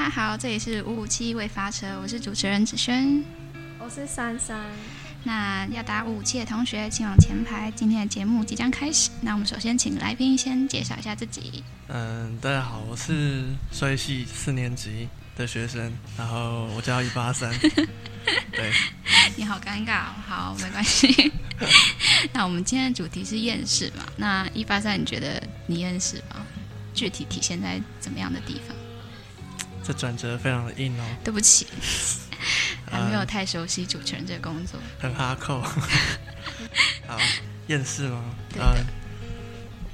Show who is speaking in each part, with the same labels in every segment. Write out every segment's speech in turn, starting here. Speaker 1: 家好，这里是五五七未发车，我是主持人子轩。
Speaker 2: 我哦是珊珊。
Speaker 1: 那要打五五七的同学，请往前排，今天的节目即将开始。那我们首先请来宾先介绍一下自己。
Speaker 3: 嗯，大家好，我是摔系四年级的学生，然后我叫一八三，对，
Speaker 1: 你好尴尬哦，好，没关系。 那我们今天的主题是厌世嘛？那一八三，你觉得你厌世吗？具体体现在怎么样的地方？
Speaker 3: 这转折非常的硬哦，
Speaker 1: 对不起， 还没有
Speaker 3: 嗯
Speaker 1: 太熟悉主持人这个工作。
Speaker 3: 很哈 扣。好，厌世吗？
Speaker 1: 对的
Speaker 3: 嗯，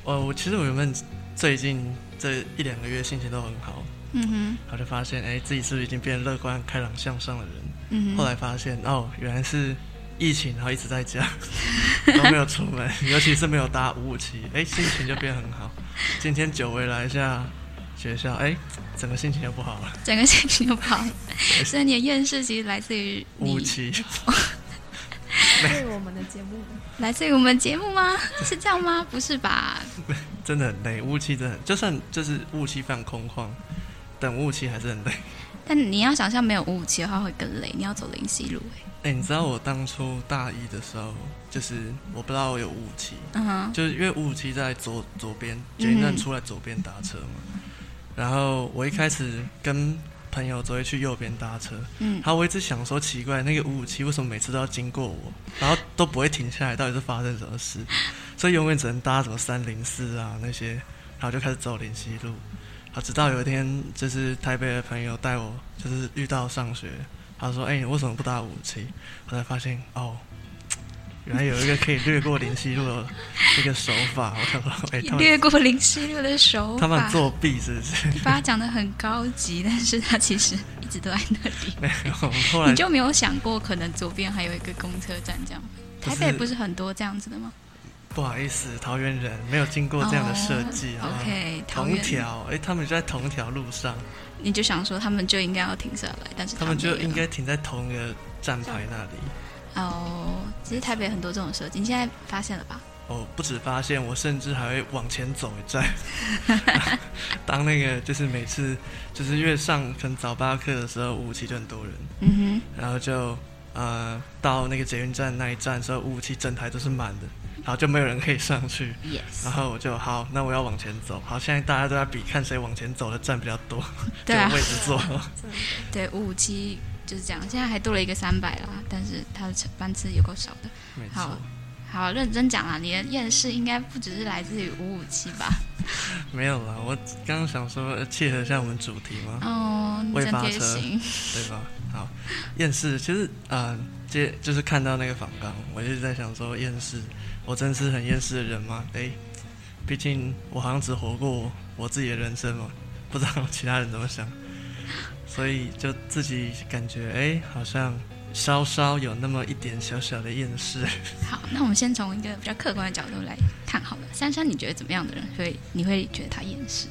Speaker 3: 我我其实我原本最近这一两个月心情都很好，
Speaker 1: 嗯哼，
Speaker 3: 然后就发现哎，自己是不是已经变乐观、开朗、向上的人？
Speaker 1: 嗯
Speaker 3: 后
Speaker 1: 哼，
Speaker 3: 来发现哦，原来是疫情，然后一直在家， 都没有出门，尤其是没有搭五五七，哎，心情就变很好。今天久违来一下学校，哎，整个心情就不好了。
Speaker 1: 整个心情就不 好了。所以你的厌世其实来自于
Speaker 3: 五五
Speaker 1: 你，
Speaker 3: 七，
Speaker 2: 对我们的节目，
Speaker 1: 来自于我们节目吗？ 是这样吗？不是吧？
Speaker 3: 真的很累，雾气真的很，就算就是雾气非常空旷，等雾气还是很累。
Speaker 1: 但你要想象没有五五七的话会更累，你要走灵溪路哎、
Speaker 3: 哎，你知道我当初大一的时候，就是我不知道我有雾气，
Speaker 1: 嗯哼，嗯
Speaker 3: 就是因为五五七在左左边，捷运站出来左边搭车嘛。然后我一开始跟朋友都会去右边搭车，
Speaker 1: 嗯
Speaker 3: 然后我一直想说奇怪，那个五五七为什么每次都要经过我，然后都不会停下来，到底是发生什么事？所以永远只能搭什么三零四啊那些，然后就开始走林溪路。好，直到有一天，就是台北的朋友带我，就是遇到上学，他说：“哎、你为什么不搭五七？”我才发现哦，原来有一个可以略过林溪路的一个手法。我想说，哎、他们
Speaker 1: 欸略过灵溪路的手法。
Speaker 3: 他们作弊是 不是？
Speaker 1: 你把它讲的很高级，但是它其实一直都在那 里。
Speaker 3: 没有，我们后来
Speaker 1: 你就没有想过，可能左边还有一个公车站这样吗？
Speaker 3: 不
Speaker 1: 台
Speaker 3: 是
Speaker 1: 北不是很多这样子的吗？
Speaker 3: 不好意思，桃园人没有经过这样的设计，好不好
Speaker 1: 哦 OK，桃
Speaker 3: 同
Speaker 1: 园，
Speaker 3: 条，哎、他们就在同条路上，
Speaker 1: 你就想说他们就应该要停下来，但是
Speaker 3: 他们
Speaker 1: 没有
Speaker 3: 就应该停在同一个站牌那里。
Speaker 1: 哦。只是台北很多这种设计，你现在发现了吧？
Speaker 3: 我哦不止发现，我甚至还会往前走一站，当那个就是每次就是因为上可能早八课的时候，五期就很多人，
Speaker 1: 嗯
Speaker 3: 然后就呃到那个捷运站那一站的时候，五期整台都是满的，然后就没有人可以上去，
Speaker 1: 哼，yes，
Speaker 3: 然后我就好，那我要往前走，好，现在大家都在比看谁往前走的站比较多，
Speaker 1: 对啊
Speaker 3: 就，位置坐。
Speaker 2: 真的
Speaker 1: 对五五七就是这样。现在还多了一个三百啦，但是它的班次有够少的。
Speaker 3: 没
Speaker 1: 好
Speaker 3: 错，
Speaker 1: 好，认真讲啦，你的厌世应该不只是来自于五五七 吧？
Speaker 3: 没有啦，我刚刚想说呃切合一下我们主题嘛，
Speaker 1: 哦，你
Speaker 3: 未
Speaker 1: 真
Speaker 3: 发
Speaker 1: 贴
Speaker 3: 车
Speaker 1: 心。
Speaker 3: 对吧？好，厌世其实呃，接就是看到那个访纲，我一直在想说厌世，我真是很厌世的人吗？诶，毕竟我好像只活过我自己的人生嘛，不知道其他人怎么想，所以就自己感觉诶，好像稍稍有那么一点小小的厌世。
Speaker 1: 好，那我们先从一个比较客观的角度来看好了。珊珊，你觉得怎么样的人会你会觉得他厌世？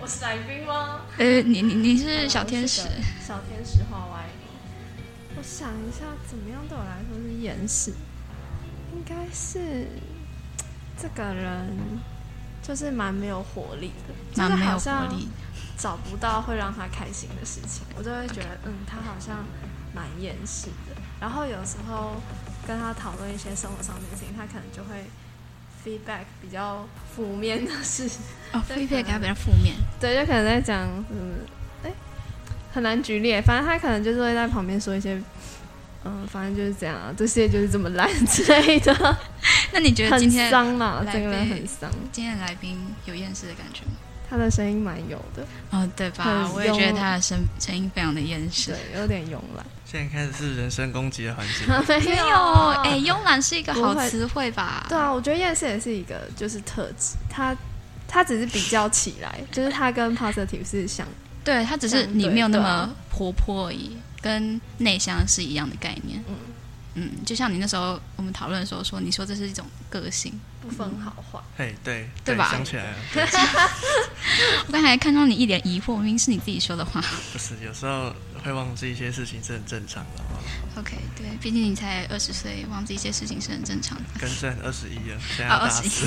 Speaker 2: 我是来宾吗？
Speaker 1: 呃，你你你是
Speaker 2: 哦
Speaker 1: 小天使，
Speaker 2: 我是个小天使话外我想一下，怎么样对我来说是掩饰？应该是这个人就是蛮没有活力的，就
Speaker 1: 蛮
Speaker 2: 是
Speaker 1: 没有
Speaker 2: 好
Speaker 1: 活
Speaker 2: 像
Speaker 1: 力。
Speaker 2: 找不到会让他开心的事情，我就会觉得，嗯，他好像蛮厌世的。然后有时候跟他讨论一些生活上面的事情，他可能就会 feedback 比较负面的事情，
Speaker 1: 哦，
Speaker 2: 对
Speaker 1: 菲菲
Speaker 2: 可能
Speaker 1: 给他比较负面。
Speaker 2: 对，就可能在讲，嗯，哎，很难举例，反正他可能就是会在旁边说一些，嗯，反正就是这样啊，这世界就是这么烂之类 的，
Speaker 1: 那你觉得今
Speaker 2: 很
Speaker 1: 天
Speaker 2: 伤啦，
Speaker 1: 来
Speaker 2: 这个人
Speaker 1: 被
Speaker 2: 很伤。
Speaker 1: 今天的来宾有厌世的感觉吗？
Speaker 2: 他的声音蛮油的，
Speaker 1: 哦，对吧？
Speaker 2: 很
Speaker 1: 我也觉得
Speaker 2: 慵
Speaker 1: 他的声声音非常的厌世
Speaker 2: 对。，有点慵懒。
Speaker 3: 现在开始是人身攻击的环节，
Speaker 1: 没有，哎，慵懒是一个好
Speaker 2: 不会
Speaker 1: 词汇吧？
Speaker 2: 对啊，我觉得厌世也是一个就是特质，它它只是比较起来，就是它跟 positive 是相
Speaker 1: 对，它只是
Speaker 2: 相
Speaker 1: 你
Speaker 2: 对
Speaker 1: 没有那
Speaker 2: 对
Speaker 1: 么
Speaker 2: 啊
Speaker 1: 活泼而已，跟内向是一样的概念。嗯
Speaker 2: 嗯
Speaker 1: 就像你那时候我们讨论的时候说，你说这是一种个性。
Speaker 2: 不分好坏。
Speaker 3: 嘿，对，
Speaker 1: 对吧
Speaker 3: 想起来了，
Speaker 1: 我刚才看到你一脸疑惑，明明是你自己说的话。
Speaker 3: 不是有时候会忘记一些事情是很正常的，好不哦 好
Speaker 1: OK，对，毕竟你才二十岁，忘记一些事情是很正常的。
Speaker 3: 更正二十一了，现在
Speaker 1: 哦
Speaker 3: 要大
Speaker 1: 21
Speaker 3: 四。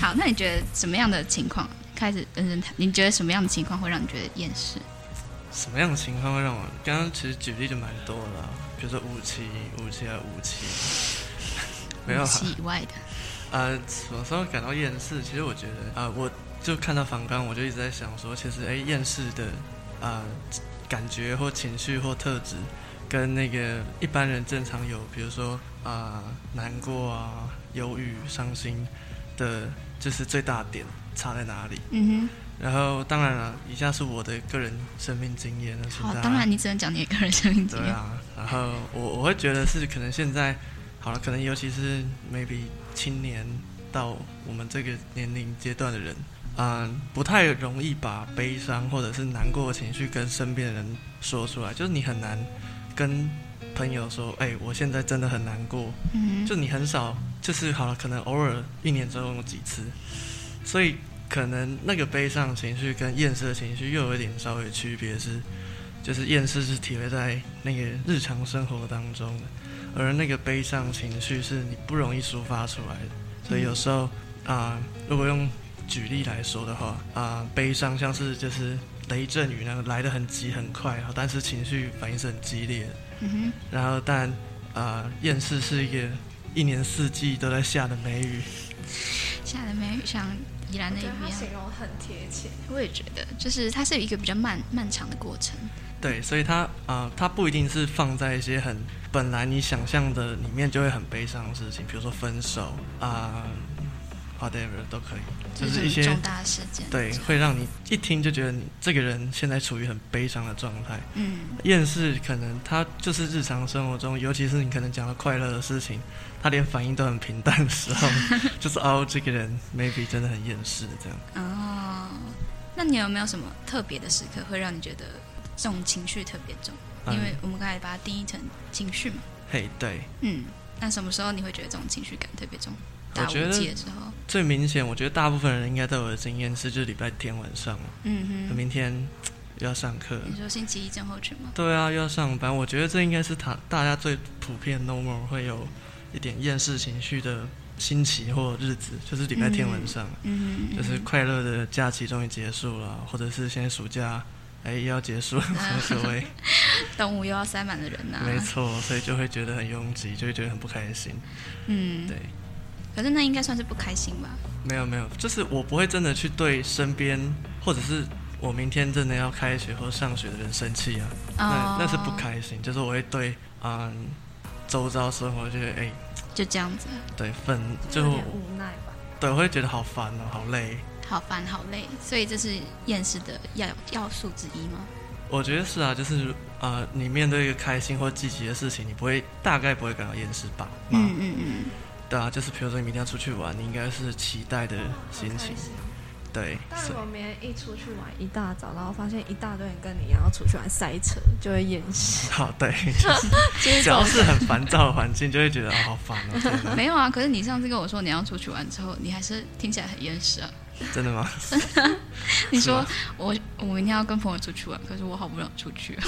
Speaker 1: 好，那你觉得什么样的情况开始认真谈，你觉得什么样的情况会让你觉得厌世？
Speaker 3: 什么样的情况会让我？刚刚其实举例就蛮多了啊，比如说五七、五七啊、五七，没有
Speaker 1: 武
Speaker 3: 啊
Speaker 1: 器以外的，
Speaker 3: 呃，什么时候感到厌世？其实我觉得啊、呃我就看到房刚，我就一直在想说，其实哎，厌世的啊、呃感觉或情绪或特质，跟那个一般人正常有，比如说啊、难过啊、忧郁、伤心的，就是最大点差在哪里？
Speaker 1: 嗯
Speaker 3: 然后当然了、以下是我的个人生命经验，那是
Speaker 1: 哼，好
Speaker 3: 大，家
Speaker 1: 当然你只能讲你的个人生命经
Speaker 3: 对
Speaker 1: 验，
Speaker 3: 啊，然后我我会觉得是可能现在好了，可能尤其是 maybe 青年到我们这个年龄阶段的人，嗯、不太容易把悲伤或者是难过的情绪跟身边的人说出来，就是你很难跟朋友说，哎、我现在真的很难过，
Speaker 1: 嗯
Speaker 3: 就
Speaker 1: 哼，
Speaker 3: 你很少，就是好了，可能偶尔一年中有几次，所以可能那个悲伤情绪跟厌世的情绪又有一点稍微区别是，就是厌世是体会在那个日常生活当中的，而那个悲伤情绪是你不容易抒发出来的，所以有时候啊、如果用举例来说的话，啊、悲伤像是就是雷阵雨那样来得很急很快，然后但是情绪反应是很激烈的。
Speaker 1: 嗯
Speaker 3: 然后但啊，厌、世是一个一年四季都在下的梅雨，
Speaker 1: 哼，下的梅雨像宜兰
Speaker 2: 我
Speaker 1: 那一
Speaker 2: 觉得他
Speaker 1: 边，
Speaker 2: 形容很贴切。
Speaker 1: 我也觉得，就是它是有一个比较漫漫长的过程，
Speaker 3: 对，所以它啊、它不一定是放在一些很本来你想象的里面就会很悲伤的事情，比如说分手啊、whatever 都可以，就
Speaker 1: 就是是这种
Speaker 3: 一些
Speaker 1: 重大事件，
Speaker 3: 对会让你一听就觉得你这个人现在处于很悲伤的状态。
Speaker 1: 嗯，
Speaker 3: 厌世可能他就是日常生活中，尤其是你可能讲到快乐的事情，他连反应都很平淡的时候， 就是哦，这个人 maybe 真的很厌世这样。
Speaker 1: 哦，那你有没有什么特别的时刻会让你觉得这种情绪特别重？
Speaker 3: 嗯
Speaker 1: 因为我们刚才把它定义成情绪嘛，
Speaker 3: 嘿，对，
Speaker 1: 嗯，那什么时候你会觉得这种情绪感特别重？
Speaker 3: 我
Speaker 1: 打
Speaker 3: 觉
Speaker 1: 五
Speaker 3: 得
Speaker 1: 季的时候，
Speaker 3: 最明显，我觉得大部分人应该都有的经验是，就是礼拜天晚上，
Speaker 1: 嗯哼，
Speaker 3: 明天嘖又要上课，
Speaker 1: 你说星期一症候群吗？
Speaker 3: 对啊，又要上班。我觉得这应该是他大家最普遍 normal 会有一点厌世情绪的星期或日子，就是礼拜天晚上。
Speaker 1: 嗯哼，嗯哼
Speaker 3: 就是快乐的假期终于结束了，或者是现在暑假哎又要结束了，无所谓，
Speaker 1: 动物又要塞满了嗯 人啊呐、
Speaker 3: 没错，所以就会觉得很拥挤，就会觉得很不开心。
Speaker 1: 嗯
Speaker 3: 对，，
Speaker 1: 可是那应该算是不开心吧？
Speaker 3: 没有没有，就是我不会真的去对身边或者是我明天真的要开学或上学的人生气啊，
Speaker 1: 哦
Speaker 3: 那那是不，开心，就是我会对嗯周遭生活觉得哎
Speaker 1: 就这样子，
Speaker 3: 对愤，
Speaker 2: 就
Speaker 3: 就
Speaker 2: 有
Speaker 3: 是我
Speaker 2: 点无奈吧。
Speaker 3: 对我会觉得好烦哦，好累。
Speaker 1: 好烦好累，所以这是厌世的要要素之一吗？
Speaker 3: 我觉得是啊，就是呃，你面对一个开心或积极的事情，你不会大概不会感到厌世吧？
Speaker 1: 嗯
Speaker 3: 嗯，
Speaker 1: 嗯嗯，
Speaker 3: 对啊，就是比如说你明天要出去玩，你应该是期待的心
Speaker 2: 好
Speaker 3: 情
Speaker 2: 开，心嗯
Speaker 3: 对，
Speaker 2: 但
Speaker 3: 是
Speaker 2: 如果明天一出去玩，一大早，然后发现一大堆人跟你一样要出去玩塞车，就会厌世。
Speaker 3: 好 对，就是只要是很烦躁的环境，就会觉得、哦、好烦 哦，天哪
Speaker 1: 没有啊。可是你上次跟我说你要出去玩之后，你还是听起来很厌世啊。
Speaker 3: 真的吗？
Speaker 1: 你
Speaker 3: 是
Speaker 1: 说
Speaker 3: 吗
Speaker 1: 我我明天要跟朋友出去玩，可是我好不想出去啊。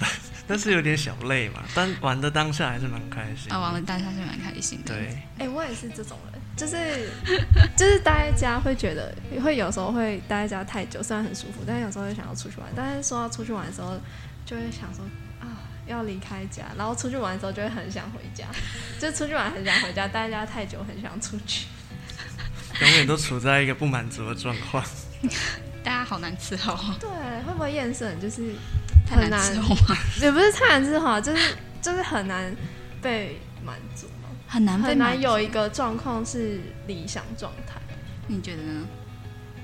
Speaker 3: 嗯但是有点小累嘛，但玩的当下还是蛮开心。
Speaker 1: 啊，玩了当下是蛮开心的。
Speaker 3: 对，
Speaker 2: 哎、我也是这种人，就是就是待在家会觉得，会有时候会待在家太久，虽然很舒服，但有时候会想要出去玩。但是说要出去玩的时候，就会想说啊，要离开家，然后出去玩的时候就会很想回家，就出去玩很想回家，待在家太久很想出去。
Speaker 3: 永远都处在一个不满足的状况。
Speaker 1: 大家好难伺候哦，
Speaker 2: 对，会不会厌世？就是
Speaker 1: 太
Speaker 2: 很
Speaker 1: 难
Speaker 2: 难
Speaker 1: 伺候啊，
Speaker 2: 也不是太难治好，就是就是很难被满足嘛，
Speaker 1: 很难被
Speaker 2: 很
Speaker 1: 满
Speaker 2: 难
Speaker 1: 足
Speaker 2: 有一。个状况是理想状态。
Speaker 1: 你觉得呢？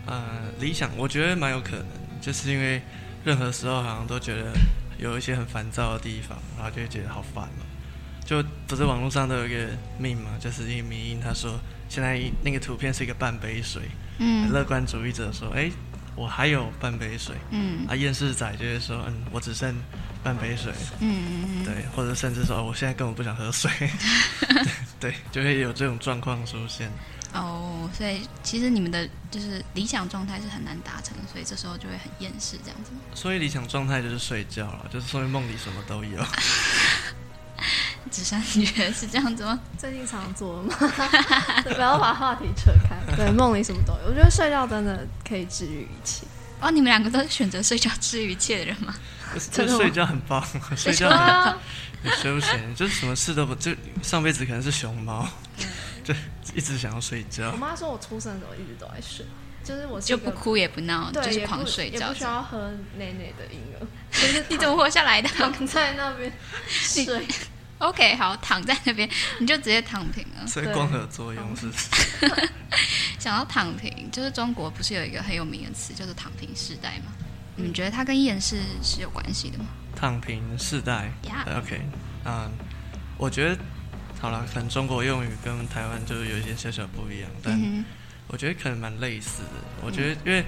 Speaker 3: 呃，理想我觉得蛮有可能，就是因为任何时候好像都觉得有一些很烦躁的地方，然后就会觉得好烦哦。就不是网络上都有一个 meme 嘛，就是一个迷因，他说现在那个图片是一个半杯水，
Speaker 1: 嗯
Speaker 3: 乐观主义者说，哎，我还有半杯水，
Speaker 1: 嗯
Speaker 3: 啊，厌世仔就会说，嗯，我只剩半杯水，
Speaker 1: 嗯嗯嗯，
Speaker 3: 对，或者甚至说，哦，我现在根本不想 喝水，对， 就会有这种状况出现。
Speaker 1: 哦，所以其实你们的就是理想状态是很难达成的，所以这时候就会很厌世这样子吗。
Speaker 3: 所以理想状态就是睡觉了，就是说明梦里什么都有。
Speaker 1: 只山，你觉得是这样子吗？
Speaker 2: 最近常做梦， 不要把话题扯 开。对，梦里什么都有。我觉得睡觉真的可以治愈一切。
Speaker 1: 哦，你们两个都是选择睡觉治愈一切的人吗？
Speaker 3: 就
Speaker 2: 真的吗
Speaker 3: 睡觉很 棒，睡觉很很休闲，就是什么事都不，就上辈子可能是熊猫，
Speaker 2: 嗯
Speaker 3: 就一直想要睡觉
Speaker 2: 我。妈说我出生的时候一直都在睡，就是我是一
Speaker 1: 就
Speaker 2: 个
Speaker 1: 不，哭也不闹，
Speaker 2: 对，
Speaker 1: 就是
Speaker 2: 也不
Speaker 1: 狂睡
Speaker 2: 也
Speaker 1: 觉
Speaker 2: 不需。要喝奶奶的婴儿， 就是
Speaker 1: 你怎么活下来的
Speaker 2: 躺在那边睡。
Speaker 1: ？OK，好，躺在那边 你就直接躺平了。
Speaker 3: 所以光合作用是，
Speaker 1: 讲到躺平，就是中国不是有一个很有名的词叫做“躺平世代”吗？
Speaker 2: 嗯
Speaker 1: 你们觉得它跟厌世是有关系的吗？
Speaker 3: 躺平世代。
Speaker 1: 呀、
Speaker 3: OK，嗯，我觉得好了，可能中国用语跟台湾就是有一些小小不一样，但
Speaker 1: 嗯
Speaker 3: 我觉得可能蛮类似的。我觉得因为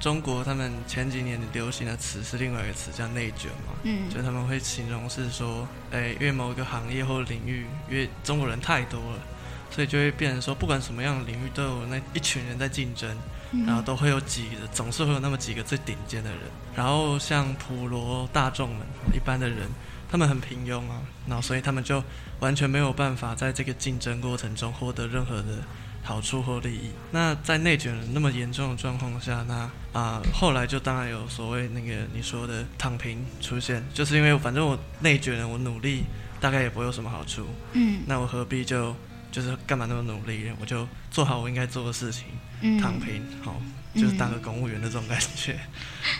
Speaker 3: 中国他们前几年流行的词是另外一个词叫内卷嘛，
Speaker 1: 哼，嗯
Speaker 3: 就他们会形容是说，哎，因为某一个行业或领域，因为中国人太多了，所以就会变成说，不管什么样的领域，都有那一群人在竞争，
Speaker 1: 嗯
Speaker 3: 然后都会有几个，总是会有那么几个最顶尖的人。然后像普罗大众们，一般的人，他们很平庸啊，然后所以他们就完全没有办法在这个竞争过程中获得任何的好处或利益。那在内卷那么严重的状况下，那啊、后来就当然有所谓那个你说的躺平出现，就是因为反正我内卷了，我努力大概也不会有什么好处，
Speaker 1: 嗯
Speaker 3: 那我何必就就是干嘛那么努力？我就做好我应该做的事情，
Speaker 1: 嗯
Speaker 3: 躺平，好、就是当个公务员的这种感觉，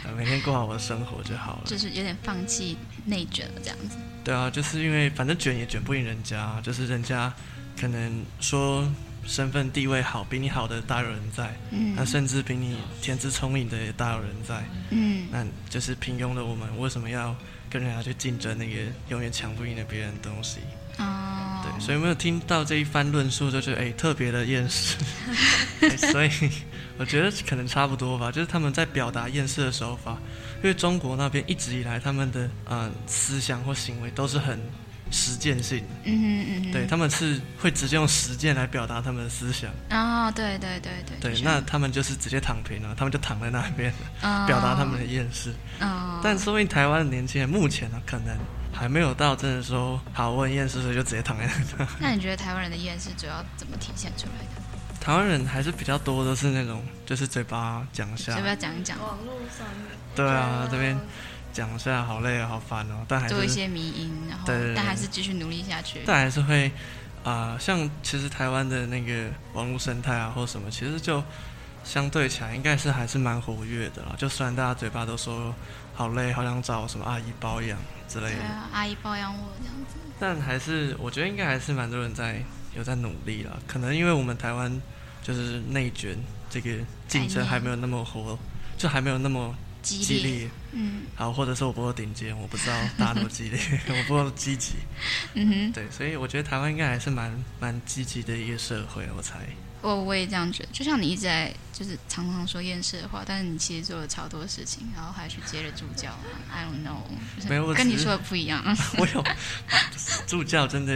Speaker 3: 啊每天过好我的生活就 好了。
Speaker 1: 就是有点放弃内卷了这样子。
Speaker 3: 对啊，就是因为反正卷也卷不赢人家，就是人家可能说身份地位好，比你好的大有人在，
Speaker 1: 嗯
Speaker 3: 那甚至比你天资聪颖的也大有人在，
Speaker 1: 嗯
Speaker 3: 那就是平庸的我们为什么要跟人家去竞争那个永远抢不赢的别人的东西？
Speaker 1: 哦，
Speaker 3: 对，所以没有听到这一番论述，就觉得哎、特别的 厌世、哎所以我觉得可能差不多吧，就是他们在表达厌世的手法，因为中国那边一直以来他们的呃思想或行为都是很实践性的，
Speaker 1: 嗯哼嗯哼，
Speaker 3: 对他们是会直接用实践来表达他们的思想，
Speaker 1: 哦，对对对对，
Speaker 3: 对
Speaker 1: 就，是
Speaker 3: 那他们就是直接躺平了，他们就躺在那边
Speaker 1: 哦
Speaker 3: 表达他们的厌世，
Speaker 1: 哦，
Speaker 3: 但说明台湾的年轻人目前呢、可能还没有到真的说好我很厌世，所以就直接躺在那 边。
Speaker 1: 那你觉得台湾人的厌世主要怎么体现出来的？
Speaker 3: 台湾人还是比较多都是那种，就是嘴巴讲一下
Speaker 1: 要不，要讲一讲？
Speaker 2: 网络上面，
Speaker 3: 对啊，
Speaker 2: 对
Speaker 3: 这边讲一下，好累啊，好烦哦，但还
Speaker 1: 做一
Speaker 3: 是
Speaker 1: 些迷音，然后
Speaker 3: 对对对
Speaker 1: 但还是继续努力下去。
Speaker 3: 但还是会啊、像其实台湾的那个网络生态啊，或什么，其实就相对起来应该是还是蛮活跃的啦。就虽然大家嘴巴都说好累，好想找什么阿姨包养之类
Speaker 1: 对
Speaker 3: 的，
Speaker 1: 啊，阿姨包养我这样子。
Speaker 3: 但还是我觉得应该还是蛮多人在有在努力啦。可能因为我们台湾就是内卷这个竞争还没有那么活，就还没有那么
Speaker 1: 激
Speaker 3: 激烈。
Speaker 1: 嗯
Speaker 3: 好，或者是我不够顶尖，我不知道大家那么激烈， 我不够积极。
Speaker 1: 嗯哼，
Speaker 3: 对，所以我觉得台湾应该还是蛮蛮积极的一个社会，我猜。
Speaker 1: 我我也这样觉得。就像你一直在就是常常说厌世的话，但是你其实做了超多事情，然后还去接了助教。I don't know，就是
Speaker 3: 没有我
Speaker 1: 跟
Speaker 3: 只
Speaker 1: 你
Speaker 3: 是
Speaker 1: 说的不一样。
Speaker 3: 我有助教真的，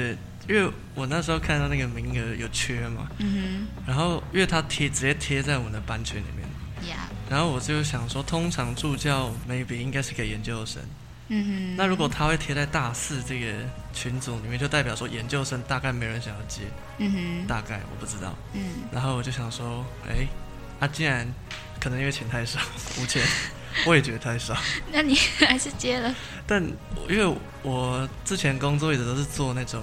Speaker 3: 因为我那时候看到那个名额有缺嘛，
Speaker 1: 嗯
Speaker 3: 然后因为他贴直接贴在我们的班群里面，
Speaker 1: 哼，Yeah，
Speaker 3: 然后我就想说，通常助教 maybe 应该是给研究生，
Speaker 1: 嗯哼。
Speaker 3: 那如果他会贴在大四这个群组里面，就代表说研究生大概没人想要接，
Speaker 1: 嗯哼，
Speaker 3: 大概我不知道。
Speaker 1: 嗯
Speaker 3: 然后我就想说，哎，他、既然可能因为钱太少， 五千，我也觉得太少。
Speaker 1: 那你还是接了。
Speaker 3: 但我因为我之前工作一直都是做那种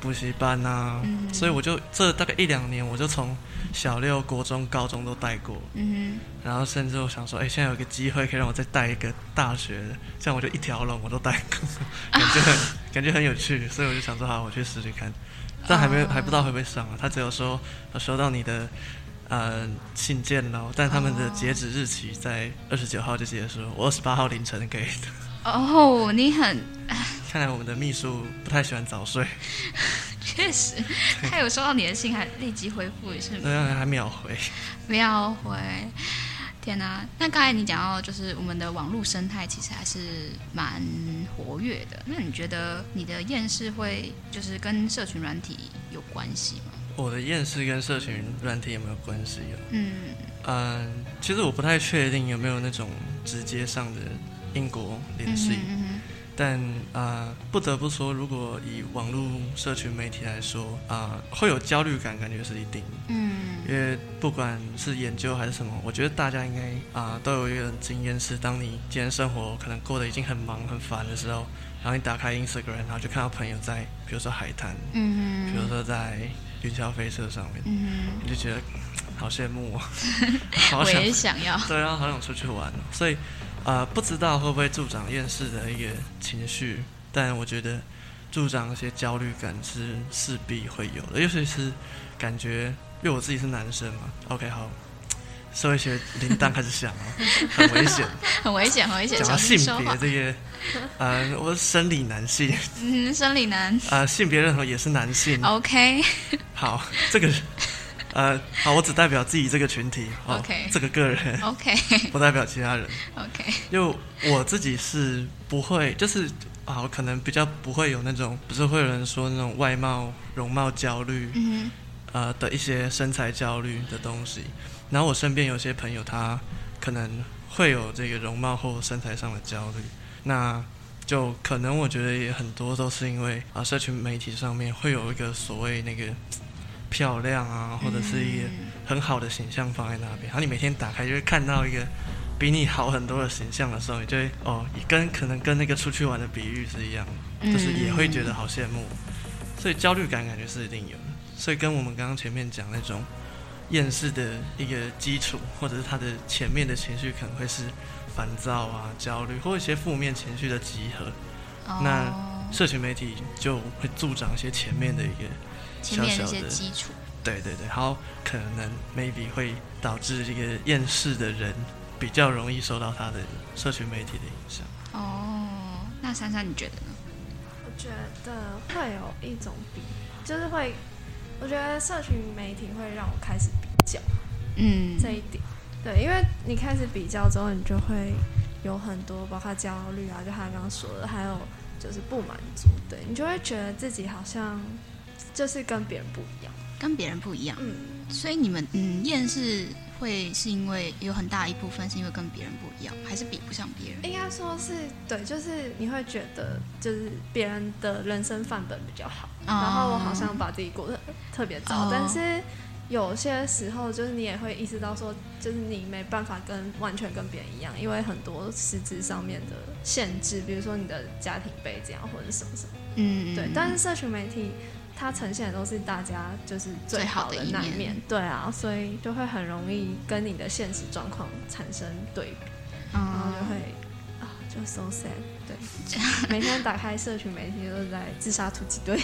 Speaker 3: 补习班啊，
Speaker 1: 嗯
Speaker 3: 所以我就这大概一两年，我就从小六、国中、高中都带过，
Speaker 1: 嗯
Speaker 3: 然后甚至我想说，哎，现在有个机会可以让我再带一个大学的，这样我就一条龙我都带过，感觉很感觉很有趣，所以我就想说，好，我去试试看。但还没有
Speaker 1: 哦
Speaker 3: 还不知道会不会上啊，他只有说有收到你的呃信件喽，但他们的
Speaker 1: 哦
Speaker 3: 截止日期在二十九号就结束，我二十八号凌晨给的。
Speaker 1: 哼，哦，你很
Speaker 3: 看来我们的秘书不太喜欢早睡，
Speaker 1: 确 实，他有收到你的信，还立即回复，也是
Speaker 3: 那样还秒回。
Speaker 1: 不要回。天哪、那刚才你讲到，就是我们的网络生态其实还是蛮活跃的。那你觉得你的厌世会就是跟社群软体有关系吗？
Speaker 3: 我的厌世跟社群软体有没有关系哦？
Speaker 1: 嗯
Speaker 3: 嗯，其实我不太确定有没有那种直接上的因果联系，
Speaker 1: 嗯嗯
Speaker 3: 但啊、呃不得不说，如果以网络社群媒体来说，啊、会有焦虑感，感觉是一定的。
Speaker 1: 嗯
Speaker 3: 因为不管是研究还是什么，我觉得大家应该啊、都有一个经验是，当你今天生活可能过得已经很忙很烦的时候，然后你打开 Instagram，然后就看到朋友在，比如说海滩，比如
Speaker 1: 嗯
Speaker 3: 说在云霄飞车上面，
Speaker 1: 嗯，
Speaker 3: 你就觉得好羡慕、 哦， 好
Speaker 1: 我
Speaker 3: 想
Speaker 1: 也想要，
Speaker 3: 对啊，好想出去玩哦。所以，呃，不知道会不会助长厌世的一个情绪，但我觉得助长一些焦虑感是势必会有的，尤其是感觉，因为我自己是男生嘛。OK，好，社会学铃铛开始响了，很 危险。
Speaker 1: 很危险，很危险，
Speaker 3: 讲
Speaker 1: 小
Speaker 3: 到
Speaker 1: 心
Speaker 3: 性
Speaker 1: 说话
Speaker 3: 别。这个，呃，我是生理男性，
Speaker 1: 嗯，生理男
Speaker 3: 呃，性别认同也是男性。
Speaker 1: 哦，OK，
Speaker 3: 好，这个。呃，好，我只代表自己这个群体，哦
Speaker 1: OK 哦
Speaker 3: 这个个人，
Speaker 1: OK，
Speaker 3: 不代表其他人。
Speaker 1: OK，
Speaker 3: 就我自己是不会，就是啊，我可能比较不会有那种，不是会有人说那种外貌、容貌焦虑，
Speaker 1: 嗯
Speaker 3: 呃的一些身材焦虑的东西。然后我身边有些朋友，他可能会有这个容貌或身材上的焦虑，那就可能我觉得也很多都是因为啊，社群媒体上面会有一个所谓那个嘖漂亮啊，或者是一个很好的形象放在那边，啊然后你每天打开就会看到一个。比你好很多的形象的时候，你就会哦，也跟可能跟那个出去玩的比喻是一样的，
Speaker 1: 哼，
Speaker 3: 就是也会觉得好羡慕，所以焦虑感感觉是一定有的。所以跟我们刚刚前面讲那种厌世的一个基础，或者是他的前面的情绪可能会是烦躁啊、焦虑或一些负面情绪的集合。
Speaker 1: 哦
Speaker 3: 那社群媒体就会助长一些前面的一个，
Speaker 1: 前面
Speaker 3: 小
Speaker 1: 那
Speaker 3: 小
Speaker 1: 些
Speaker 3: 的
Speaker 1: 基础，
Speaker 3: 对对对，然后可能 maybe 会导致这个厌世的人比较容易受到他的社群媒体的影响。
Speaker 1: 哦，那珊珊你觉得呢？
Speaker 2: 我觉得会有一种比，就是会，我觉得社群媒体会让我开始比较
Speaker 1: 嗯，
Speaker 2: 这一点。对，因为你开始比较之后，你就会有很多，包括焦虑啊，就他刚刚说的，还有就是不满足，对你就会觉得自己好像就是跟别人不一样。
Speaker 1: 跟别人不一样，
Speaker 2: 嗯，
Speaker 1: 所以你们嗯厌世会是因为有很大一部分是因为跟别人不一样，还是比不上别人？
Speaker 2: 应该说是对，就是你会觉得就是别人的人生范本比较好。然后我好像
Speaker 1: 嗯
Speaker 2: 把自己过得特别糟，
Speaker 1: 哦
Speaker 2: 但是有些时候就是你也会意识到说，就是你没办法跟完全跟别人一样，因为很多实质上面的限制，比如说你的家庭背景啊或者什么什么。
Speaker 1: 嗯，
Speaker 2: 对，但是社群媒体它呈现的都是大家就是最好的那
Speaker 1: 最好的一面
Speaker 2: 对啊，所以就会很容易跟你的现实状况产生对比，然后就会
Speaker 1: 嗯，
Speaker 2: 啊就 so sad。对， 每天打开社群媒体都是在自杀突击队。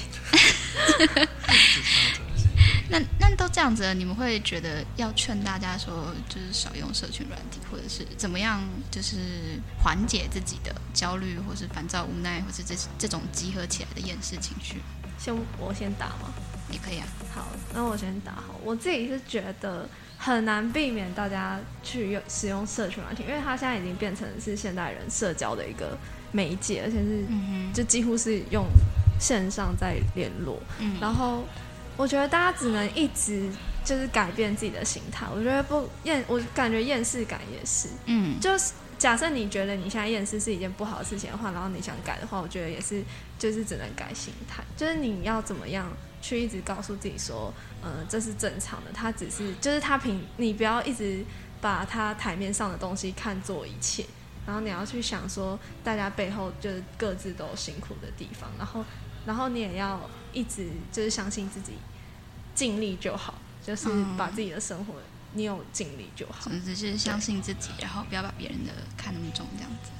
Speaker 1: 那那都这样子了，你们会觉得要劝大家说，就是少用社群软体，或者是怎么样，就是缓解自己的焦虑，或是烦躁、无奈，或是这这种集合起来的厌世情绪，
Speaker 2: 先我先打吗？
Speaker 1: 也可以啊。
Speaker 2: 好，那我先打好。我自己是觉得很难避免大家去用使用社群软体，因为它现在已经变成是现代人社交的一个媒介，而且是
Speaker 1: 嗯哼，
Speaker 2: 就几乎是用线上在联络。
Speaker 1: 嗯，
Speaker 2: 然后我觉得大家只能一直就是改变自己的心态。我觉得不厌，我感觉厌世感也是，
Speaker 1: 嗯，
Speaker 2: 就是假设你觉得你现在厌世是一件不好的事情的话，然后你想改的话，我觉得也是就是只能改心态，就是你要怎么样去一直告诉自己说，呃，这是正常的，它只是就是它平，你不要一直把它台面上的东西看作一切。然后你要去想说，大家背后就是各自都有辛苦的地方，然后，然后你也要一直就是相信自己，尽力就好，就是
Speaker 1: 嗯
Speaker 2: 把自己的生活，你有尽力就好。
Speaker 1: 总之就是相信自己，然后不要把别人的看那么重，这样子。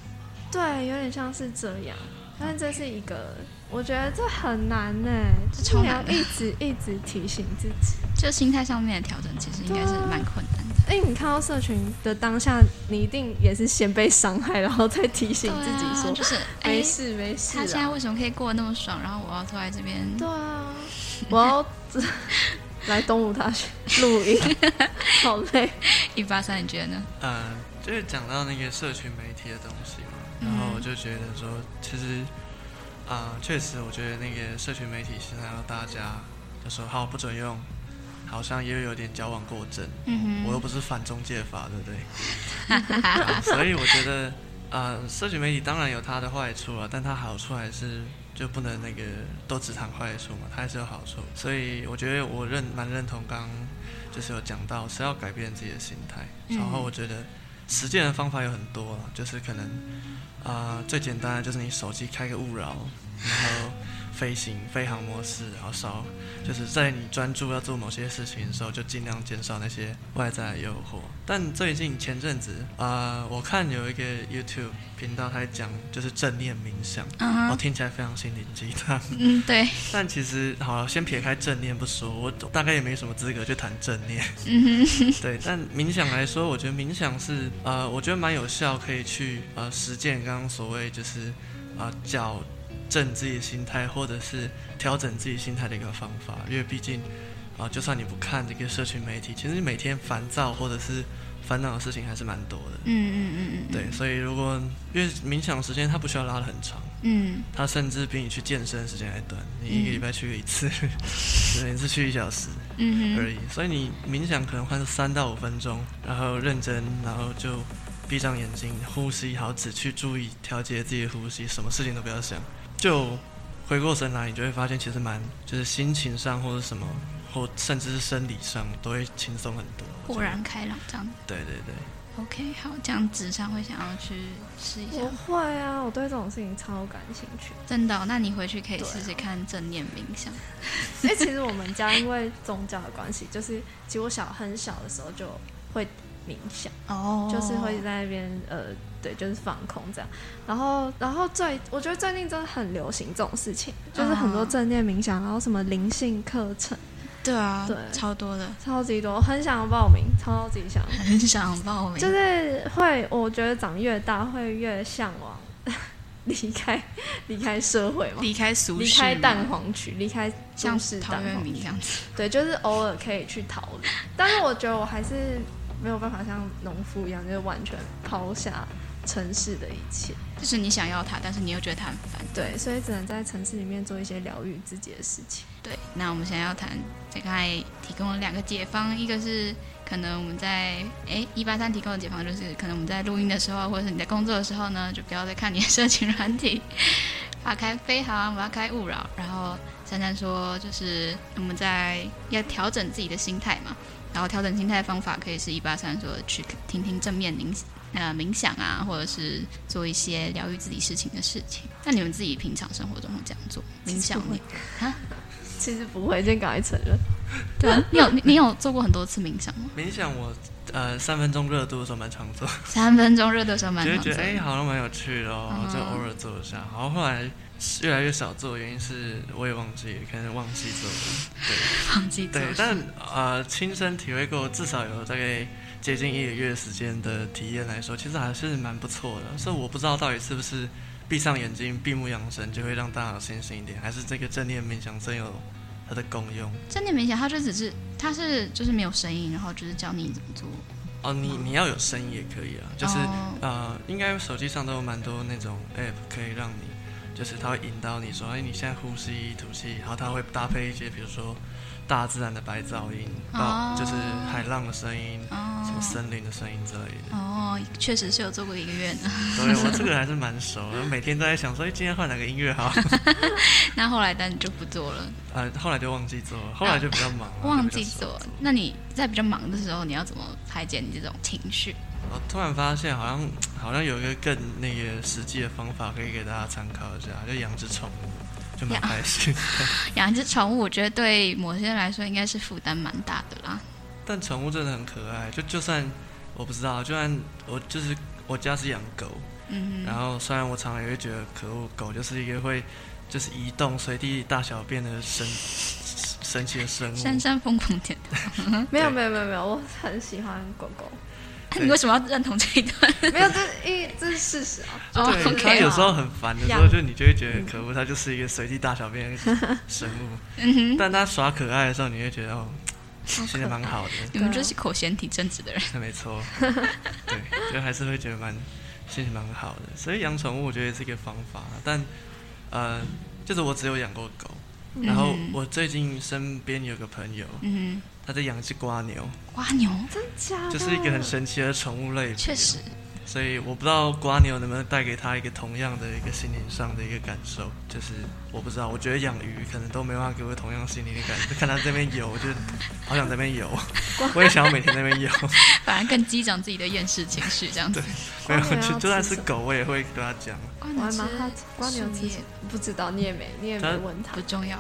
Speaker 2: 对，有点像是这样，但是这是一个，我觉得这很难呢、就
Speaker 1: 这
Speaker 2: 是
Speaker 1: 超
Speaker 2: 你要
Speaker 1: 难的
Speaker 2: 一直一直提醒自己。
Speaker 1: 就心态上面的调整，其实应该是蛮困难的。
Speaker 2: 哎，你看到社群的当下，你一定也是先被伤害，然后再提醒自己
Speaker 1: 对啊
Speaker 2: 说、
Speaker 1: 就是
Speaker 2: 没
Speaker 1: 哎，
Speaker 2: 事没事
Speaker 1: 他现在
Speaker 2: 啊。
Speaker 1: 为什么可以过得那么爽，然后我要坐在这边？
Speaker 2: 对啊，我要 来东吴大学录 音，好累。
Speaker 1: 一八三，你觉得呢？
Speaker 3: 嗯，就是讲到那个社群媒体的东西嘛，
Speaker 1: 嗯
Speaker 3: 然后我就觉得说，其实啊、确实，我觉得那个社群媒体现在让大家就说好不准用，好像也有点矫枉过正。
Speaker 1: 嗯
Speaker 3: 我又
Speaker 1: 哼，
Speaker 3: 啊不是反中介法，对不对？好所以我觉得呃，社群媒体当然有它的坏处啊，但它好处还是就不能那个都只谈坏处嘛，它还是有好处。所以我觉得我认蛮认同刚刚就是有讲到是要改变自己的心态，
Speaker 1: 嗯
Speaker 3: 然后我觉得实践的方法有很多啊，就是可能啊、最简单的就是你手机开个勿扰，然后飞行飞行模式，然后少就是在你专注要做某些事情的时候，就尽量减少那些外在的诱惑。但最近前阵子啊、呃我看有一个 YouTube 频道，他在讲就是正念冥想，
Speaker 1: 嗯
Speaker 3: 我
Speaker 1: 哼，
Speaker 3: 听起来非常心灵鸡汤。
Speaker 1: 嗯，对，
Speaker 3: 但其实好了，先撇开正念不说，我大概也没什么资格去谈正念。
Speaker 1: 嗯哼，
Speaker 3: 对，但冥想来说，我觉得冥想是呃，我觉得蛮有效，可以去呃实践刚刚所谓就是呃矫正自己的心态，或者是调整自己心态的一个方法。因为毕竟啊、呃就算你不看这个社群媒体，其实每天烦躁或者是烦恼的事情还是蛮多的。
Speaker 1: 嗯嗯嗯嗯，
Speaker 3: 对，所以如果因为冥想时间它不需要拉得很长，
Speaker 1: 嗯，
Speaker 3: 它甚至比你去健身时间还短，你一个礼拜去一次， 对，一次去一小时。
Speaker 1: 嗯嗯
Speaker 3: 而
Speaker 1: 哼，
Speaker 3: 已。所以你冥想可能换是三到五分钟，然后认真，然后就闭上眼睛，呼吸好，只去注意调节自己的呼吸，什么事情都不要想，就回过神来，你就会发现其实蛮就是心情上或者什么，或甚至是生理上都会轻松很多。
Speaker 1: 豁然开朗这样。
Speaker 3: 对对对，
Speaker 1: OK，好，这样子上会想要去试一下
Speaker 2: 我。会啊，我对这种事情超感兴趣。
Speaker 1: 真的哦、那你回去可以试试看正念冥想。
Speaker 2: 因哎为其实我们家因为宗教的关系，就是其实我小很小的时候就会冥想，
Speaker 1: 哦
Speaker 2: 就是会在那边呃，对，就是放空这样。然后，然后最我觉得最近真的很流行这种事情，就是很多
Speaker 1: 嗯
Speaker 2: 正念冥想，然后什么灵性课程，
Speaker 1: 对啊，
Speaker 2: 对
Speaker 1: 超多的，
Speaker 2: 超级多，很想要报名，超级想。
Speaker 1: 很想报名。
Speaker 2: 就是会，我觉得长越大会越向往 离开离开社会嘛，
Speaker 1: 离开俗
Speaker 2: 离
Speaker 1: 世嘛，
Speaker 2: 开蛋黄区，离开
Speaker 1: 像
Speaker 2: 都市
Speaker 1: 陶
Speaker 2: 蛋
Speaker 1: 渊
Speaker 2: 黄
Speaker 1: 明这
Speaker 2: 区，
Speaker 1: 样子。
Speaker 2: 对，就是偶尔可以去逃离，但是我觉得我还是没有办法像农夫一样，就是完全抛下城市的一切，
Speaker 1: 就是你想要它，但是你又觉得它很烦。
Speaker 2: 对，所以只能在城市里面做一些疗愈自己的事情。
Speaker 1: 对，那我们现在要谈，大概提供了两个解方，一个是可能我们在哎一八三提供的解方，就是可能我们在录音的时候，或者是你在工作的时候呢，就不要再看你的社群软体， 把开飞行，把开勿扰。然后珊珊说，就是我们在要调整自己的心态嘛，然后调整心态的方法可以是一八三说的去听听正面冥呃冥想啊，或者是做一些疗愈自己事情的事情。那你们自己平常生活中会这样做冥想
Speaker 2: 不
Speaker 1: 吗
Speaker 2: 会？
Speaker 1: 啊？
Speaker 2: 其实不会，先赶快承认。
Speaker 1: 对啊，你有你你有做过很多次冥想吗？
Speaker 3: 冥想我呃三分钟热度的时候蛮常做，
Speaker 1: 三分钟热的时候蛮
Speaker 3: 就会
Speaker 1: 常做
Speaker 3: 觉
Speaker 1: 的
Speaker 3: 得哎、好像蛮有趣的哦，然后就
Speaker 1: 嗯
Speaker 3: 偶尔做一下。然后后来越来越少做，原因是我也忘记，可能忘记做了。对。
Speaker 1: 忘记做
Speaker 3: 对，但呃，亲身体会过，至少有大概接近一个月时间的体验来说，其实还是蛮不错的。所以我不知道到底是不是闭上眼睛、闭目养神就会让大脑清醒一点，还是这个正念冥想真有它的功用。
Speaker 1: 正念冥想，它就只是它是就是没有声音，然后就是教你怎么做，
Speaker 3: 哦，你你要有声音也可以啊，就是、
Speaker 1: 哦
Speaker 3: 呃，应该手机上都有蛮多那种 app 可以让你，就是它会引导你说，哎，你现在呼吸、吐气，然后它会搭配一些，比如说大自然的白噪音，到、
Speaker 1: 哦
Speaker 3: 就是海浪的声音，什么
Speaker 1: 哦
Speaker 3: 森林的声音之类的。
Speaker 1: 哦，确实是有做过一个月呢。
Speaker 3: 对我这个还是蛮熟的，每天都在想说，哎，今天换哪个音乐好？
Speaker 1: 那后来但你就不做了，
Speaker 3: 呃，后来就忘记做了，后来就比较忙了，
Speaker 1: 忘
Speaker 3: 哦就
Speaker 1: 记
Speaker 3: 比较少
Speaker 1: 做。那你在比较忙的时候，你要怎么排解你这种情绪？
Speaker 3: 我突然发现，好像好像有一个更那个实际的方法可以给大家参考一下，就养只宠物，就蛮开心。
Speaker 1: 养一只宠物，我觉得对某些人来说应该是负担蛮大的啦。
Speaker 3: 但宠物真的很可爱，就就算我不知道，就算我就是我家是养狗，
Speaker 1: 嗯
Speaker 3: 然后虽然我常常也会觉得可恶，狗就是一个会就是移动随地大小便的神神奇的生
Speaker 1: 哼，珊
Speaker 3: 物。
Speaker 1: 珊疯狂点头。
Speaker 2: 没有没有没有没有，我很喜欢狗狗，
Speaker 1: 你为什么要认同这一段？
Speaker 2: 没有这是一这是事实啊。
Speaker 1: 哦
Speaker 3: 对，
Speaker 1: ，OK
Speaker 3: 它有时候很烦的时候，
Speaker 2: 养
Speaker 3: 就你就会觉得可恶，它就是一个随地大小 便的生物。
Speaker 1: 嗯哼，
Speaker 3: 但它耍可爱的时候，你会觉得哦，
Speaker 2: 好
Speaker 3: 心情蛮好的。
Speaker 1: 你们就是口嫌体正直的人。
Speaker 3: 那没错，对，就还是会觉得蛮心情蛮好的。所以养宠物我觉得是一个方法，啊但呃，就是我只有养过狗，然后
Speaker 1: 嗯
Speaker 3: 我最近身边有个朋友，
Speaker 1: 嗯
Speaker 3: 他在养一只瓜牛，
Speaker 1: 哼，
Speaker 2: 啊
Speaker 1: 瓜牛
Speaker 2: 真假的？
Speaker 3: 就是一个很神奇的宠物类别。
Speaker 1: 确实，
Speaker 3: 所以我不知道瓜牛能不能带给他一个同样的一个心灵上的一个感受，就是我不知道，我觉得养鱼可能都没办法给我同样心灵的感受。看他这边游，我就好想在那边游，我也想要每天在那 边游。
Speaker 1: 反而更激涨自己的厌世情绪，这样子。
Speaker 2: 瓜
Speaker 3: 没有，
Speaker 2: 牛要吃
Speaker 3: 就就算是
Speaker 2: 什么
Speaker 3: 狗，我也会跟他讲。
Speaker 1: 瓜
Speaker 2: 我
Speaker 1: 牛
Speaker 2: 还
Speaker 1: 吃
Speaker 2: 蛮好奇，瓜牛
Speaker 1: 树
Speaker 2: 其实
Speaker 1: 叶
Speaker 2: 不知嗯道，你也没你也没
Speaker 3: 他
Speaker 2: 问他
Speaker 1: 不。重要。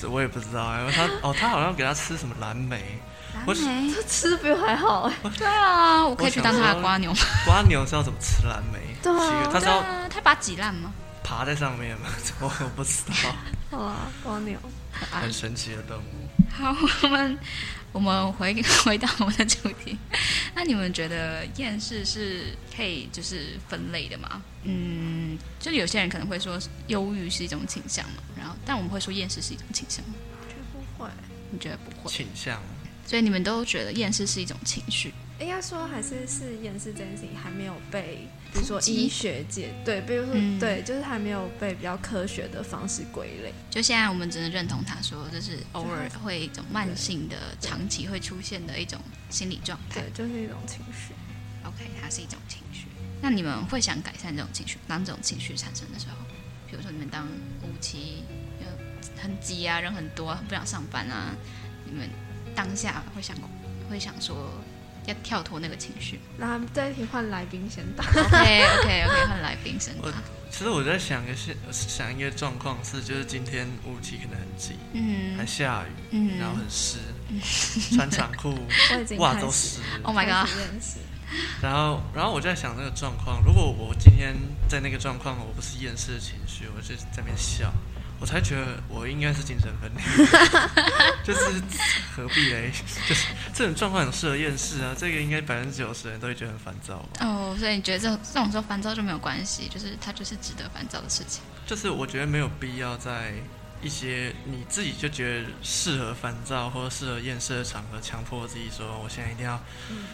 Speaker 3: 这我也不知道哎、他哦，他好像给他吃什么蓝莓，我是
Speaker 1: 莓，
Speaker 2: 这吃的比我还好哎、
Speaker 1: 对啊，我可以去当他
Speaker 3: 我想
Speaker 1: 的
Speaker 3: 说
Speaker 1: 瓜牛吗？
Speaker 3: 瓜牛是要怎么吃蓝莓？
Speaker 2: 对啊
Speaker 3: 奇怪他
Speaker 1: 对
Speaker 3: 是要
Speaker 1: 啊，他把它挤烂吗？
Speaker 3: 爬在上面吗？我我不知道，
Speaker 2: 好啊，瓜牛，
Speaker 1: 啊
Speaker 3: 很神奇的动物。
Speaker 1: 好，我们我们回回到我们的主题。那你们觉得厌世是可以就是分类的吗？嗯，就是有些人可能会说忧郁是一种倾向嘛，然后但我们会说厌世是一种倾向吗，
Speaker 2: 绝不会。
Speaker 1: 你觉得不会？
Speaker 3: 倾向，
Speaker 1: 所以你们都觉得厌世是一种情绪，
Speaker 2: 应该说还是是厌世这件事情还没有被，比如说
Speaker 1: 普及
Speaker 2: 医学界对，比如说、
Speaker 1: 嗯
Speaker 2: 对，就是还没有被比较科学的方式归类。
Speaker 1: 就现在我们只能认同他说这是偶尔会一种慢性的、长期会出现的一种心理状态
Speaker 2: 对。，就是一种情绪。
Speaker 1: OK，它是一种情绪。那你们会想改善这种情绪？当这种情绪产生的时候，比如说你们当无期呃很急啊，人很多啊，很不想上班啊，你们当下会想会想说要跳脱那个情 绪。
Speaker 2: 那这一题换来宾先答。
Speaker 1: OK OK OK，换来宾生
Speaker 3: 我
Speaker 1: 吧。
Speaker 3: 其实我在想一个是想一个状况是，就是今天雾气可能很急，还
Speaker 1: 嗯
Speaker 3: 下雨，然后
Speaker 1: 嗯
Speaker 3: 很湿，穿长裤，
Speaker 2: 我 已经
Speaker 3: 袜
Speaker 2: 开
Speaker 3: 都
Speaker 2: 始
Speaker 3: 湿。
Speaker 1: ，Oh my
Speaker 2: 开
Speaker 1: god，
Speaker 2: 始厌世。
Speaker 3: 然后，然后我就在想那个状况，如果我今天在那个状况，我不是厌世的情绪，我就在那边笑，我才觉得我应该是精神分裂，就是何必嘞？就是这种状况很适合厌世啊，这个应该百分之九十的人都会觉得很烦躁吧。
Speaker 1: 哦，所以你觉得这种这种时候烦躁就没有关系，就是它就是值得烦躁的事情。
Speaker 3: 就是我觉得没有必要在一些你自己就觉得适合烦躁或者适合厌世的场合，强迫自己说我现在一定要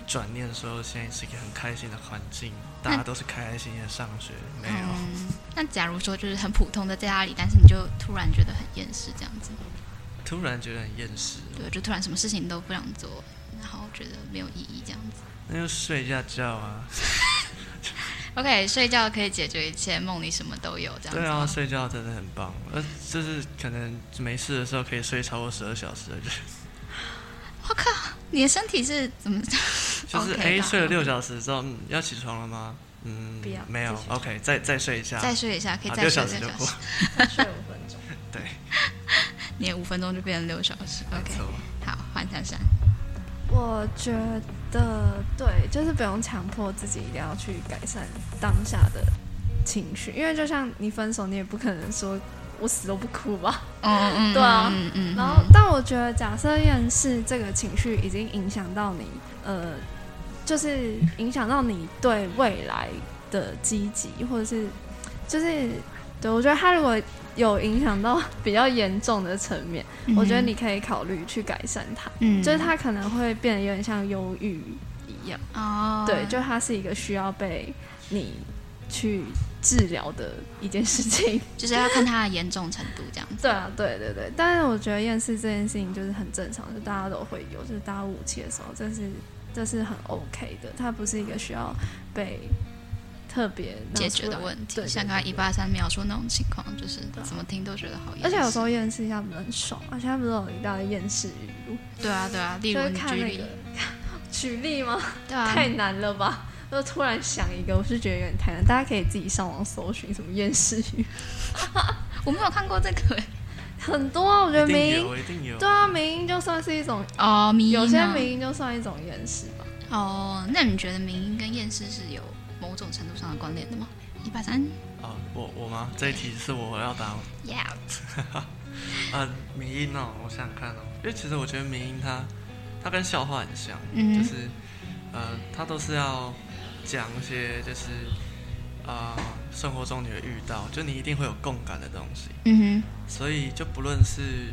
Speaker 3: 转念说现在是一个很开心的环境，大家都是开开心心的上学，没有。
Speaker 1: 嗯，那假如说就是很普通的在家里，但是你就突然觉得很厌世这样子，
Speaker 3: 突然觉得很厌世，
Speaker 1: 对，就突然什么事情都不想做，然后觉得没有意义这样子。
Speaker 3: 那就睡一下觉啊。
Speaker 1: OK，睡觉可以解决一切，梦里什么都有这样子。
Speaker 3: 对啊，，睡觉真的很棒，呃，就是可能没事的时候可以睡超过十二小 时的人，
Speaker 1: 我靠，你的身体是怎么？
Speaker 3: 就是哎
Speaker 1: OK 啦
Speaker 3: 睡了六小时之后，嗯，要起床了吗？嗯，
Speaker 2: 不要
Speaker 3: 没有
Speaker 2: 继续
Speaker 3: ，OK，再再睡一下，
Speaker 1: 再睡一下，可以
Speaker 3: 啊
Speaker 1: 再
Speaker 3: 六
Speaker 1: 睡
Speaker 3: 小
Speaker 1: 一
Speaker 3: 时就
Speaker 1: 小
Speaker 3: 过
Speaker 1: 时，，
Speaker 2: 睡五分钟。
Speaker 3: 对，
Speaker 1: 你的五分钟就变成六小时。
Speaker 3: 没
Speaker 1: OK，
Speaker 3: 错。
Speaker 1: 好，换珊珊。
Speaker 2: 我觉得对，就是不用强迫自己一定要去改善当下的情绪，因为就像你分手，你也不可能说我死都不哭吧。
Speaker 1: 嗯嗯，
Speaker 2: 对啊
Speaker 1: 嗯嗯，
Speaker 2: 然后，但我觉得假设厌世这个情绪已经影响到你，呃，就是影响到你对未来的积极，或者是就是对我觉得他如果有影响到比较严重的层面，
Speaker 1: 嗯
Speaker 2: 我觉得你，可以考虑去改善它，
Speaker 1: 嗯
Speaker 2: 就是它可能会变得有点像忧郁一样，
Speaker 1: 哦，
Speaker 2: 对，就它是一个需要被你去治疗的一件事 情。
Speaker 1: 就是要看它的严重程度这样子。
Speaker 2: 对啊，对对对，但是我觉得厌世这件事情就是很正常，就大家都会有，就是大家武器的时候，这是这是很 OK 的，它不是一个需要被特别拿
Speaker 1: 解决
Speaker 2: 出
Speaker 1: 的
Speaker 2: 来
Speaker 1: 问题，
Speaker 2: 对对
Speaker 1: 像
Speaker 2: 对
Speaker 1: 刚刚一
Speaker 2: 对
Speaker 1: 八三描述那种情况，就是
Speaker 2: 对啊
Speaker 1: 怎么听都觉得好厌世。
Speaker 2: 而且有时候厌世一下不是很爽，而且他不是有一大堆厌世语录，
Speaker 1: 对啊对啊，例
Speaker 2: 就
Speaker 1: 如
Speaker 2: 是
Speaker 1: 你
Speaker 2: 看
Speaker 1: 举
Speaker 2: 那
Speaker 1: 例
Speaker 2: 个， 举例吗？
Speaker 1: 对啊，
Speaker 2: 太难了吧！就突然想一个，我是觉得有点太难，大家可以自己上网搜寻什么厌世语，
Speaker 1: 我没有看过这 个
Speaker 2: 很多啊，我觉得
Speaker 3: 一定
Speaker 2: 民
Speaker 3: 有，一定有。
Speaker 2: 对啊，民音就算是一种，
Speaker 1: 哦，迷
Speaker 2: 有些
Speaker 1: 名
Speaker 2: 民音就算一种厌世吧。
Speaker 1: 哦，那你觉得民音跟厌世是有某种程度上的关联的吗？一八三
Speaker 3: 哦，我我吗？这一题是我要答。
Speaker 1: ，Yeah，
Speaker 3: 呃，民音哦，我想想看哦，因为其实我觉得民音它它跟笑话很像，
Speaker 1: 嗯
Speaker 3: 就是呃，它都是要讲一些就是啊、呃生活中你会遇到，就你一定会有共感的东西，
Speaker 1: 嗯
Speaker 3: 所以就不论是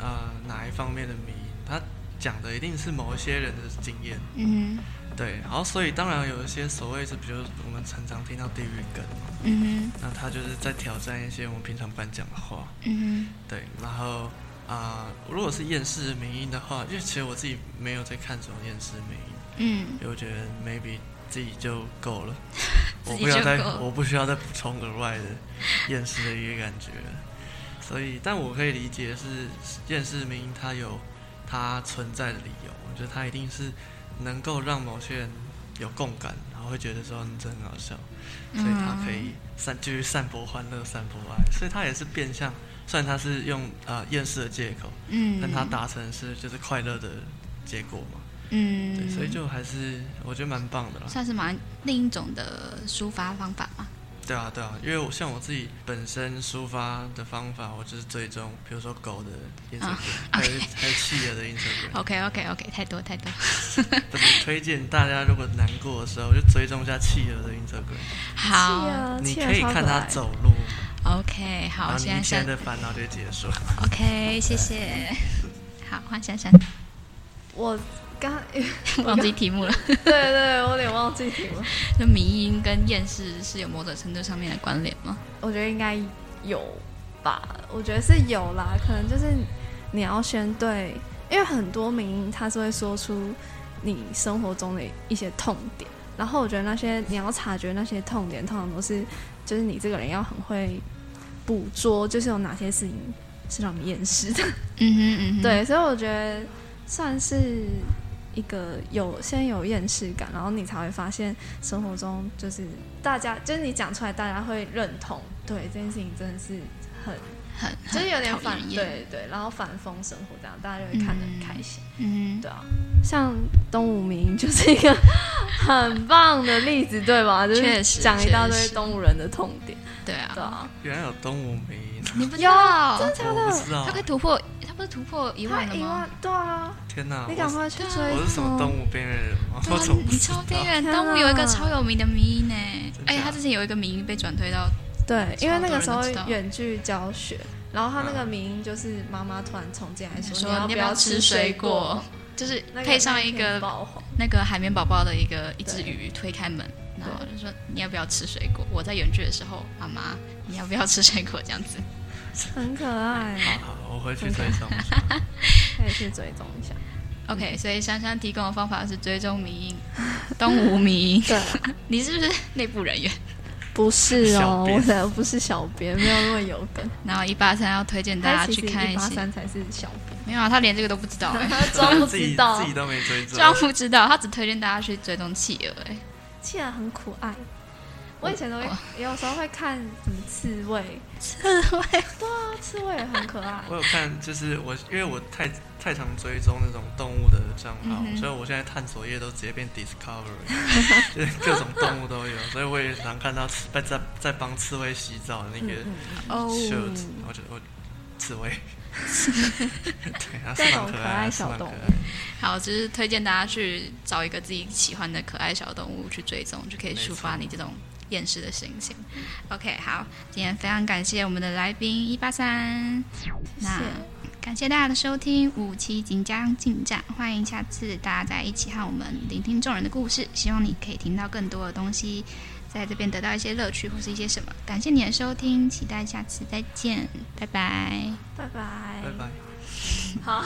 Speaker 3: 呃哪一方面的迷，它讲的一定是某一些人的经验。
Speaker 1: 哼，嗯
Speaker 3: 对，然后所以当然有一些所谓是，比如我们常常听到地狱梗，
Speaker 1: 哼，嗯
Speaker 3: 那他就是在挑战一些我们平常不敢讲的话。
Speaker 1: 哼，嗯
Speaker 3: 对，然后啊、如果是厌世民音的话，因为其实我自己没有在看什么厌世民音，
Speaker 1: 哼，嗯
Speaker 3: 因为我觉得 maybe 自己就 够了，
Speaker 1: 自
Speaker 3: 我
Speaker 1: 己
Speaker 3: 不要
Speaker 1: 就
Speaker 3: 再
Speaker 1: 够了
Speaker 3: 我不需要再补充额外的厌世的一个感觉了。所以，但我可以理解是厌世明它有它存在的理由，我觉得它一定是能够让某些人有共感，然后会觉得说你真的很好笑，所以它可以散继续散播欢乐、散播爱，所以它也是变相，虽然它是用啊厌世的借口，
Speaker 1: 嗯，
Speaker 3: 但它达成是就是快乐的结果嘛。
Speaker 1: 嗯，
Speaker 3: 对，所以就还是我觉得蛮棒的啦。
Speaker 1: 算是蛮另一种的抒发方法嘛。
Speaker 3: 对啊，对啊，因为我像我自己本身抒发的方法，我就是追踪，比如说狗的 Instagram，、还有还有企鹅 的 Instagram，
Speaker 1: OK OK OK，太多太多，
Speaker 3: 特别推荐大家，如果难过的时候就追踪一下企鹅的 Instagram，
Speaker 1: 好
Speaker 3: 你
Speaker 2: 哦企鹅
Speaker 3: 可以
Speaker 2: 超可
Speaker 3: 看它
Speaker 2: 爱
Speaker 3: 走路，
Speaker 1: OK
Speaker 3: 然
Speaker 1: 好，
Speaker 3: 后你
Speaker 1: 现在
Speaker 3: 一天
Speaker 1: 珊
Speaker 3: 的烦恼就结束。
Speaker 1: OK，谢谢。好，换珊 珊，
Speaker 2: 我刚
Speaker 1: 忘记题目了。
Speaker 2: 对对，我有点忘记题目，
Speaker 1: 就迷音跟厌世是有某种程度上面的关联吗？
Speaker 2: 我觉得应该有吧，我觉得是有啦，可能就是你要先对，因为很多名音他是会说出你生活中的一些痛点，然后我觉得那些你要察觉那些痛点，通常都是就是你这个人要很会捕捉，就是有哪些事情是让你厌世的，
Speaker 1: 嗯哼嗯哼，
Speaker 2: 对，所以我觉得算是一个有先有厌世感，然后你才会发现生活中就是大家就是你讲出来，大家会认同，对这件事情真的是很
Speaker 1: 很
Speaker 2: 就是有点反
Speaker 1: 讨厌
Speaker 2: 对对，然后反风生活这样，大家就会看得很开心，
Speaker 1: 嗯哼
Speaker 2: 对啊。像东吴明就是一个很棒的例子，对吧？就
Speaker 1: 确
Speaker 2: 是
Speaker 1: 实
Speaker 2: 讲一大
Speaker 1: 确
Speaker 2: 堆
Speaker 1: 实
Speaker 2: 东吴人的痛点，
Speaker 1: 对
Speaker 2: 对
Speaker 1: 啊，
Speaker 2: 啊。
Speaker 3: 原来有东吴名，
Speaker 1: 你不知道
Speaker 2: 真的假
Speaker 3: 我不
Speaker 2: 的？
Speaker 3: 知道啊
Speaker 1: 他可以，突破，他不是突破一
Speaker 2: 他
Speaker 1: 万了
Speaker 2: 一
Speaker 1: 吗
Speaker 2: 万？，对啊，
Speaker 3: 天哪，
Speaker 2: 你赶
Speaker 3: 我
Speaker 2: 快去
Speaker 1: 对啊
Speaker 2: 追
Speaker 3: 我是什么
Speaker 2: 踪
Speaker 3: 东吴边缘人吗？
Speaker 1: 对
Speaker 3: 我
Speaker 1: 啊
Speaker 3: 怎么，不
Speaker 1: 你
Speaker 3: 知道
Speaker 1: 超？边缘，
Speaker 2: 天啊
Speaker 1: 东吴有一个超有名的迷音呢，
Speaker 3: 真
Speaker 1: 而且
Speaker 3: 假
Speaker 1: 他之前有一个迷音被转推到，
Speaker 2: 对，因为那个时候
Speaker 1: 超多人都知道
Speaker 2: 远距教学，然后他那个名音就是妈妈突然冲进来
Speaker 1: 说
Speaker 2: 你要
Speaker 1: 你要不
Speaker 2: 不
Speaker 1: 要吃
Speaker 2: 吃
Speaker 1: 水
Speaker 2: 果
Speaker 1: 果？就是
Speaker 2: 那个
Speaker 1: 配上一
Speaker 2: 那天
Speaker 1: 个
Speaker 2: 爆红，
Speaker 1: 那个海绵宝宝的一个一只
Speaker 2: 对
Speaker 1: 鱼推开门，然后就说你要不要吃水果？我在远距的时候，妈妈你要不要吃水果？这样子，
Speaker 2: 很可爱，
Speaker 3: 好好，我回去追踪一下。
Speaker 2: 可以去追踪一下。
Speaker 1: OK，所以珊珊提供的方法是追踪迷音，东吴迷 音。
Speaker 2: 对，啊
Speaker 1: 你是不是内部人员？
Speaker 2: 不是
Speaker 3: 小
Speaker 2: 哦，
Speaker 3: 编
Speaker 2: 我才不是小编，没有那么有梗。
Speaker 1: 然后一八三要推荐大
Speaker 2: 他
Speaker 1: 家
Speaker 2: 其
Speaker 1: 去
Speaker 2: 实
Speaker 1: 看
Speaker 2: 一
Speaker 1: 一
Speaker 2: 八
Speaker 1: 些，
Speaker 2: 三才是小编，
Speaker 1: 没有啊， 他连这个都不知道、 欸，
Speaker 2: 他装不
Speaker 3: 自己
Speaker 2: 知 道
Speaker 3: 自。己都没追踪，
Speaker 1: 装不知道，他只推荐大家去追踪企鹅、欸，
Speaker 2: 气然很可爱。我以前都会
Speaker 1: 我，
Speaker 2: 有时候会看什么刺猬，对啊，刺猬也很可爱。
Speaker 3: 我有看，就是我因为我太太常追踪那种动物的账号，
Speaker 1: 嗯哼
Speaker 3: 所以我现在探索页都直接变 Discovery，就是各种动物都有， 所以我也常看到刺在在在帮刺猬洗澡的那个
Speaker 1: 哦
Speaker 3: shirt，、我觉得我刺猬， 对，它
Speaker 2: 各
Speaker 3: 是
Speaker 2: 种
Speaker 3: 蛮可
Speaker 2: 可
Speaker 3: 爱
Speaker 2: 爱
Speaker 3: 的，
Speaker 2: 小
Speaker 3: 是蛮可
Speaker 2: 动物
Speaker 3: 爱的。
Speaker 1: 好，就是推荐大家去找一个自己喜欢的可爱小动物去追踪，就可以抒发你这种厌世的心情。OK，好，今天非常感谢我们的来宾一八三，那感谢大家的收听，五期即将进站，欢迎下次大家再一起和我们聆听众人的故事，希望你可以听到更多的东西，在这边得到一些乐趣或是一些什么。感谢你的收听，期待下次再见，拜拜。
Speaker 2: 拜拜
Speaker 3: 拜拜。
Speaker 2: 好。